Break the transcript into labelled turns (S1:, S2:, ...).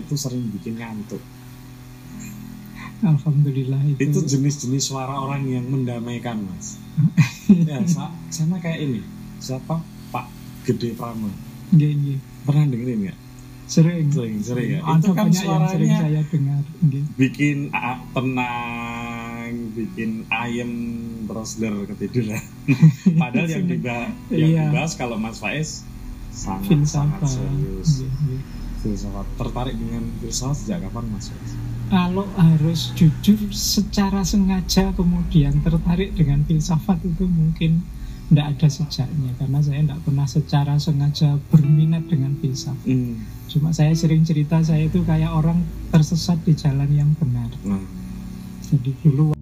S1: itu sering bikin ngantuk.
S2: Hmm. Alhamdulillah itu.
S1: Itu jenis-jenis suara orang yang mendamaikan, Mas. ya, sa- sama kayak ini. Siapa? Pak Gede Prama.
S2: Iya, iya.
S1: Pernah dengerin nggak?
S2: Sering.
S1: Sering, sering ya.
S2: Ada
S1: Itu kan
S2: banyak yang sering
S1: suaranya
S2: saya dengar. Nggih.
S1: bikin a- tenang, bikin ayem terus der ketiduran. Padahal yang dibahas, yang
S2: Iya.
S1: dibahas kalau Mas Faiz sangat sangat
S2: Filsafat.
S1: serius.
S2: Nggih, nggih.
S1: Filsafat tertarik dengan filsafat sejak kapan Mas Faiz?
S2: Kalau harus jujur secara sengaja kemudian tertarik dengan filsafat itu mungkin tidak ada sejaknya karena saya tidak pernah secara sengaja berminat dengan filsafat.
S1: Hmm.
S2: Cuma saya sering cerita saya itu kayak orang tersesat di jalan yang benar.
S1: Nah,
S2: Jadi dulu